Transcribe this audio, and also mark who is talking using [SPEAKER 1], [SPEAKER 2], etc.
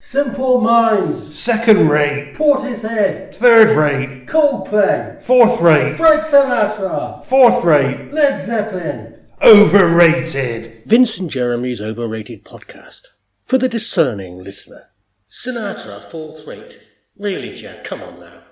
[SPEAKER 1] Simple Minds,
[SPEAKER 2] Second rate.
[SPEAKER 1] Portishead,
[SPEAKER 2] Third rate.
[SPEAKER 1] Coldplay,
[SPEAKER 2] Fourth rate.
[SPEAKER 1] Frank Sinatra,
[SPEAKER 2] Fourth rate.
[SPEAKER 1] Led Zeppelin.
[SPEAKER 2] Overrated.
[SPEAKER 3] Vincent Jeremy's Overrated Podcast. For the discerning listener. Sinatra, fourth rate. Really, Jack, come on now.